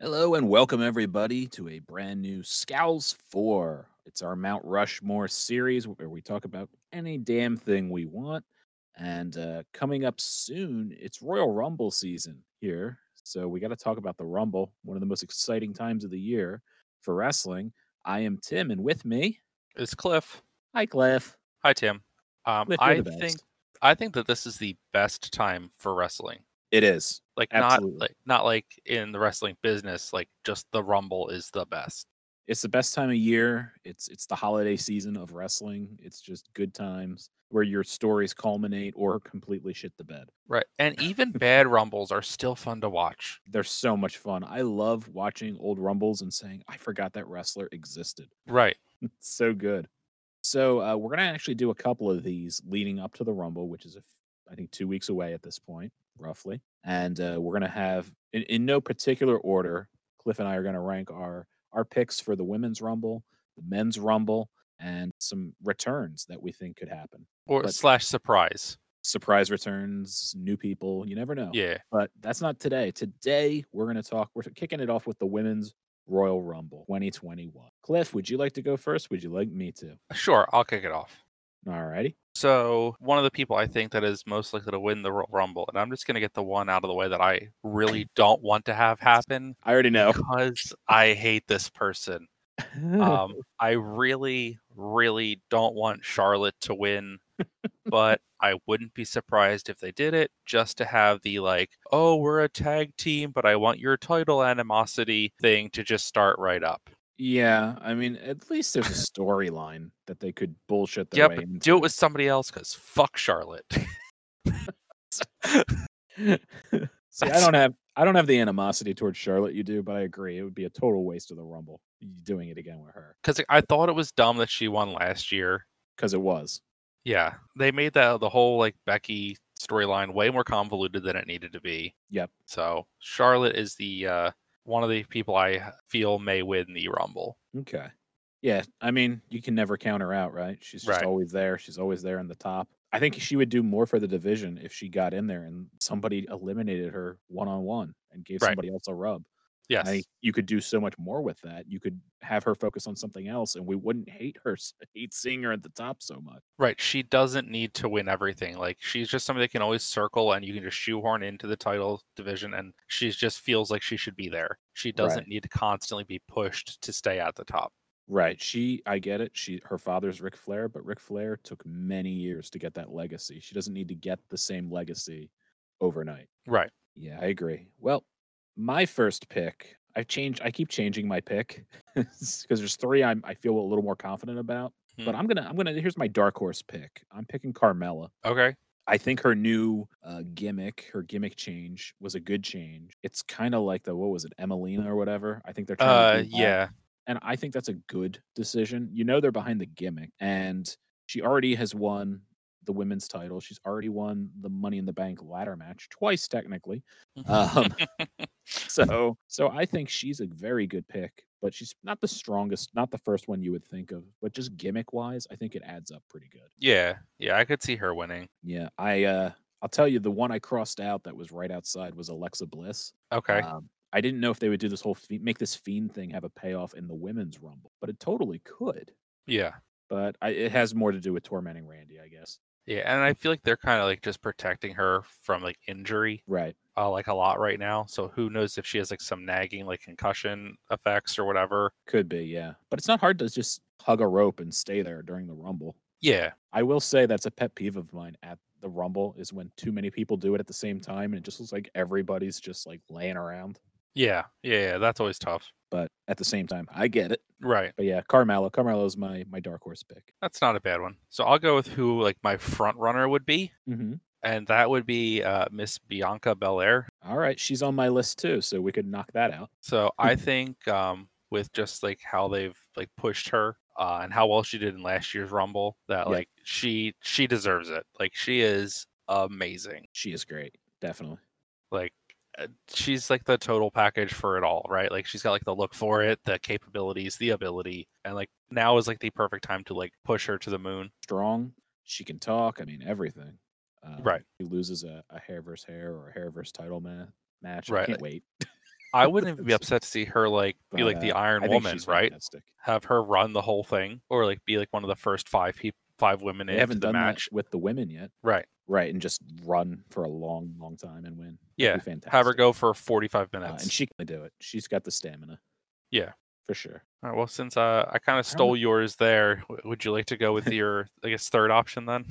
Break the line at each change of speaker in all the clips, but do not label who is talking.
Hello and welcome everybody to a brand new Scowls 4. It's our Mount Rushmore series where we talk about any damn thing we want. And uh, coming up soon, it's Royal Rumble season here. So we got to talk about the Rumble, one of the most exciting times of the year for wrestling. I am Tim, and with me,
It's Cliff.
hi Cliff.
Hi, Tim. Um,
Cliff, you're
I
the best.
think I think that this is the best time for wrestling.
It is.
Like
Absolutely.
not like not like in the wrestling business. Like just the Rumble is the best.
it's the best time of year. It's it's the holiday season of wrestling. It's just good times where your stories culminate or completely shit the bed.
Right, and even bad Rumbles are still fun to watch.
They're so much fun. I love watching old rumbles and saying, "I forgot that wrestler existed."
Right.
It's so good. So uh, we're gonna actually do a couple of these leading up to the Rumble, which is a f- I think two weeks away at this point, roughly. And uh, we're gonna have in, in no particular order. Cliff and I are gonna rank our our picks for the women's Rumble, the men's Rumble, and some returns that we think could happen.
Or
But-
slash surprise.
Surprise returns, new people. You never know
Yeah.
but that's not today. Today we're going to talk. We're kicking it off with the women's Royal Rumble 2021. Cliff, would you like to go first? Would you like me to?
Sure. I'll kick it off.
All righty.
So one of the people I think that is most likely to win the Royal Rumble, and I'm just gonna get the one out of the way that I really don't want to have happen
I already know.
because I hate this person.
Mm-hmm.
um, I really, really don't want Charlotte to win, but I wouldn't be surprised if they did it just to have the like, oh, we're a tag team, but I want your title animosity thing to just start right up.
yeah, I mean, at least there's a storyline that they could bullshit their
Yep,
way into.
Do it with somebody else because fuck Charlotte.
See, I don't have I don't have the animosity towards Charlotte you do, but I agree it would be a total waste of the Rumble y- doing it again with her
Because I thought it was dumb that she won last year.
because it was.
Yeah, they made that the whole like Becky storyline way more convoluted than it needed to be.
Yep.
So Charlotte is the uh, one of the people I feel may win the Rumble.
Okay. Yeah, I mean, you can never count her out, right? She's just
Right.
always there. She's always there in the top. I think she would do more for the division if she got in there and somebody eliminated her one on one and gave
Right.
somebody else a rub.
Yes.
I think you could do so much more with that. You could have her focus on something else, and we wouldn't hate her, s- hate seeing her at the top so much.
Right. She doesn't need to win everything. Like she's just somebody that can always circle and you can just shoehorn into the title division and she just feels like she should be there. She doesn't need to constantly be pushed to stay at the top.
Right. She, I get it. She, her father's Ric Flair, but Ric Flair took many years to get that legacy. She doesn't need to get the same legacy overnight.
Right.
Yeah, I agree. Well, my first pick, I've changed. I keep changing my pick because there's three I'm, I feel a little more confident about. But
Hmm.
I'm gonna, I'm gonna. Here's my dark horse pick. I'm picking Carmella.
Okay.
I think her new uh, gimmick, her gimmick change, was a good change. It's kind of like the what was it, Emelina or whatever. I think they're trying.
Uh
to do that,
yeah.
and I think that's a good decision. You know, they're behind the gimmick, and she already has won the women's title. She's already won the Money in the Bank ladder match twice, technically. Um, so, so I think she's a very good pick, but she's not the strongest, not the first one you would think of, but just gimmick wise, I think it adds up pretty good.
yeah. Yeah, I could see her winning.
Yeah, I, uh, I'll tell you, the one I crossed out that was right outside was Alexa Bliss.
Okay.
Um, I didn't know if they would do this whole fe- make this fiend thing have a payoff in the women's rumble, but it totally could.
yeah.
But I, it has more to do with tormenting Randy, I guess.
Yeah, and I feel like they're kind of like just protecting her from like injury,
Right.
uh, like a lot right now. So who knows if she has like some nagging, like concussion effects or whatever.
Could be, yeah. But it's not hard to just hug a rope and stay there during the rumble.
Yeah,
I will say that's a pet peeve of mine at the Rumble is when too many people do it at the same time and it just looks like everybody's just like laying around.
yeah, yeah. yeah, That's always tough.
But at the same time, I get it.
Right.
But yeah, Carmelo. Carmelo's my my dark horse pick.
That's not a bad one. So I'll go with who like my front runner would be,
Mm-hmm.
and that would be uh, Miss Bianca Belair.
All right, she's on my list too, so we could knock that out.
So I think um, with just like how they've like pushed her uh, and how well she did in last year's Rumble, that
Yeah.
like she she deserves it. Like she is amazing.
She is great, definitely.
Like uh, she's like the total package for it all, right? Like she's got like the look for it, the capabilities, the ability, and like now is like the perfect time to like push her to the moon.
Strong. She can talk. I mean, everything. Um,
Right.
She loses a, a hair versus hair or a hair versus title ma- match. I
Right,
can't
like-
wait.
I wouldn't even be upset to see her like be like the
But, uh,
Iron
I think
Woman,
she's
right?
fantastic.
Have her run the whole thing, or like be like one of the first five people, five women
They
in
haven't done
the match,
that with the women yet,
right?
right? And just run for a long, long time and win.
Yeah,
It'd be fantastic.
have her go for forty-five
Uh,
minutes.
and she can do it. She's got the stamina.
Yeah.
for sure.
All right, well, since uh, I kind of stole yours there, w- would you like to go with your, I guess, third option then?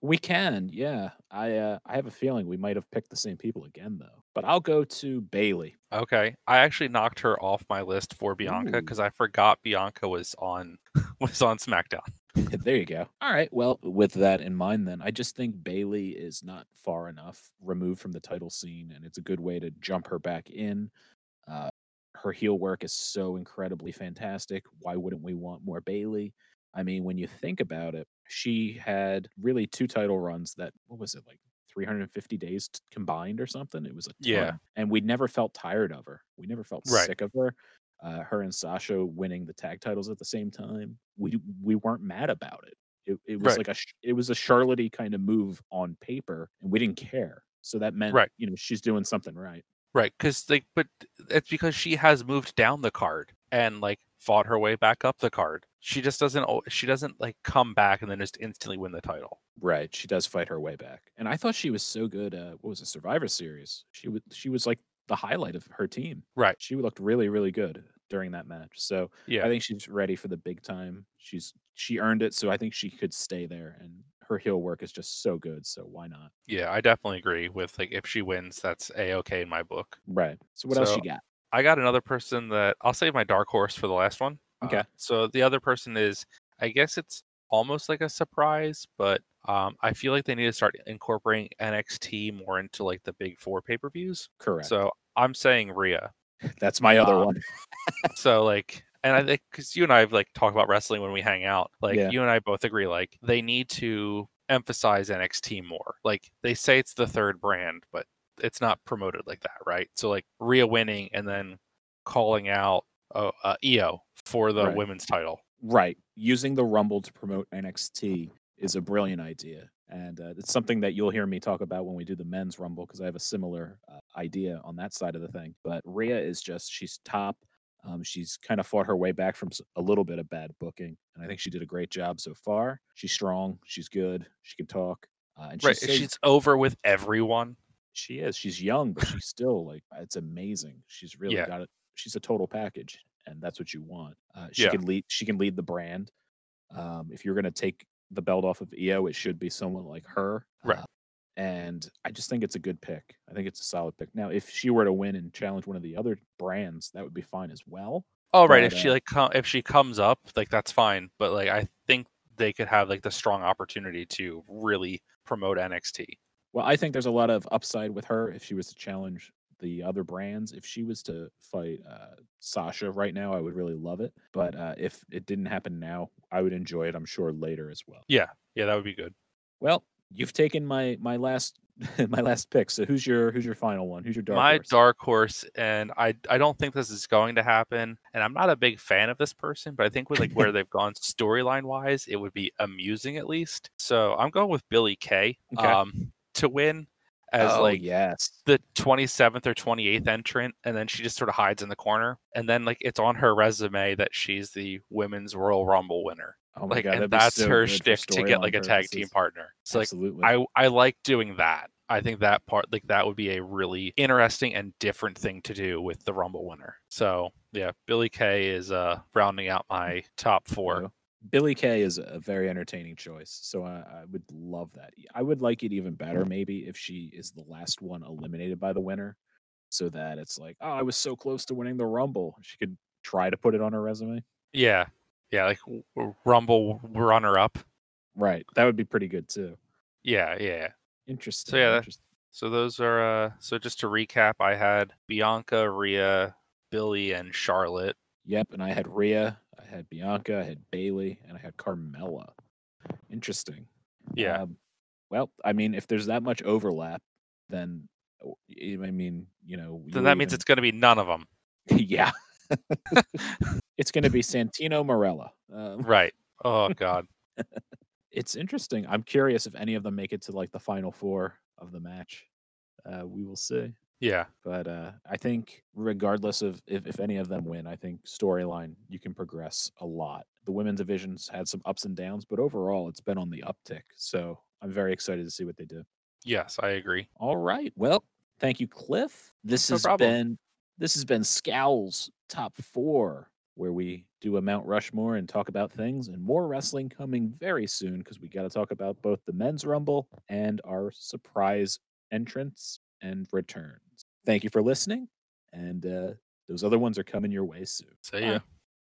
We can, yeah. I uh, I have a feeling we might have picked the same people again though. But I'll go to Bailey.
Okay, I actually knocked her off my list for Bianca
Ooh.
because I forgot Bianca was on was on SmackDown.
there you go. All right. Well, with that in mind, then I just think Bailey is not far enough removed from the title scene, and it's a good way to jump her back in. Uh, her heel work is so incredibly fantastic. Why wouldn't we want more Bailey? I mean, when you think about it, she had really two title runs that what was it like 350 days t- combined or something? It was a ton.
Yeah.
and we never felt tired of her. We never felt
Right.
sick of her uh, her and Sasha winning the tag titles at the same time, we we weren't mad about it. It, it was
Right.
like a sh- it was a Charlotte kind of move on paper, and we didn't care. So that meant
Right.
you know she's doing something right.
Right, because like, but it's because she has moved down the card and like fought her way back up the card. She just doesn't. al- She doesn't like come back and then just instantly win the title.
Right, she does fight her way back, and I thought she was so good. Uh, what was it, Survivor Series? She was she was like the highlight of her team.
Right.
she looked really really good during that match. So
Yeah,
I think she's ready for the big time. She's she earned it, so I think she could stay there. And her heel work is just so good, so why not?
yeah, I definitely agree with like if she wins, that's a okay in my book.
Right. So what else
So,
you got?
I got another person that I'll save my dark horse for the last one. Uh,
Okay.
so the other person is, I guess it's almost like a surprise, but um, I feel like they need to start incorporating NXT more into like the big four pay per views.
Correct.
So I'm saying Rhea.
That's my other
Um,
one.
so like, and I think because you and I have like talked about wrestling when we hang out, like
Yeah.
you and I both agree, like they need to emphasize NXT more. Like they say it's the third brand, but it's not promoted like that, right? So like Rhea winning and then calling out uh, uh, EO for the
Right.
women's title.
Right. Using the Rumble to promote NXT is a brilliant idea. And uh, it's something that you'll hear me talk about when we do the men's Rumble because I have a similar uh, idea on that side of the thing. But Rhea is just, she's top. Um, she's kind of fought her way back from s- a little bit of bad booking. And I think she did a great job so far. She's strong. She's good. She can talk. Uh, and she's,
right,
so-
she's over with everyone.
she is. She's young, but she's still like it's amazing. She's really
Yeah.
got it. She's a total package, and that's what you want. Uh, she
Yeah.
can lead. She can lead the brand. Um, if you're going to take the belt off of EO, it should be someone like her.
Right.
uh, and I just think it's a good pick. I think it's a solid pick. Now, if she were to win and challenge one of the other brands, that would be fine as well.
All oh, right,
But,
if she
uh,
like com- if she comes up, like that's fine, but like I think they could have like the strong opportunity to really promote NXT.
Well, I think there's a lot of upside with her if she was to challenge the other brands. If she was to fight uh, Sasha right now, I would really love it. But uh, if it didn't happen now, I would enjoy it. I'm sure later as well.
Yeah, yeah, that would be good.
Well, you've taken my my last my last pick. So who's your who's your final one? Who's your dark
my
horse?
dark horse and i i don't think this is going to happen and i'm not a big fan of this person but i think with like where they've gone storyline wise it would be amusing at least so i'm going with billy kay
Okay.
um to win as
oh,
like
yes,
the 27th or 28th entrant and then she just sort of hides in the corner and then like it's on her resume that she's the women's royal rumble winner
oh my
like
God, that'd
and
be
that's
so
her
good for
shtick to get
storyline
like a tag team
purposes.
partner so like
Absolutely.
I I like doing that. I think that part like that would be a really interesting and different thing to do with the Rumble winner. So yeah, Billy Kay is uh rounding out my top four.
know. Billy Kay is a very entertaining choice, so I, I would love that. I would like it even better maybe if she is the last one eliminated by the winner, so that it's like, oh, I was so close to winning the Rumble. She could try to put it on her resume.
Yeah, yeah, like w- w- Rumble runner up.
Right, that would be pretty good too.
Yeah, yeah.
Interesting.
yeah, that-
interesting.
So those are uh so just to recap, I had Bianca, Rhea, Billy, and Charlotte.
Yep, and I had Rhea, I had Bianca, I had Bailey, and I had Carmella. Interesting.
Yeah,
Um, well, I mean, if there's that much overlap, then uh, I mean, you know, you
then
were
that means
even-
it's going to be none of them,
yeah. it's going to be Santino Morella. Um,
right? Oh God.
it's interesting. I'm curious if any of them make it to like the final four of the match. Uh, we will see.
Yeah.
But uh, I think, regardless of if, if any of them win, I think storyline you can progress a lot. The women's division's had some ups and downs, but overall it's been on the uptick. So I'm very excited to see what they do.
Yes, I agree.
All right. Well, thank you, Cliff. This
No
has
problem.
been this has been Scowls Top Four, where we do a Mount Rushmore and talk about things and more wrestling coming very soon because we got to talk about both the men's rumble and our surprise entrance and returns. Thank you for listening, and uh, those other ones are coming your way soon.
So
Bye.
yeah.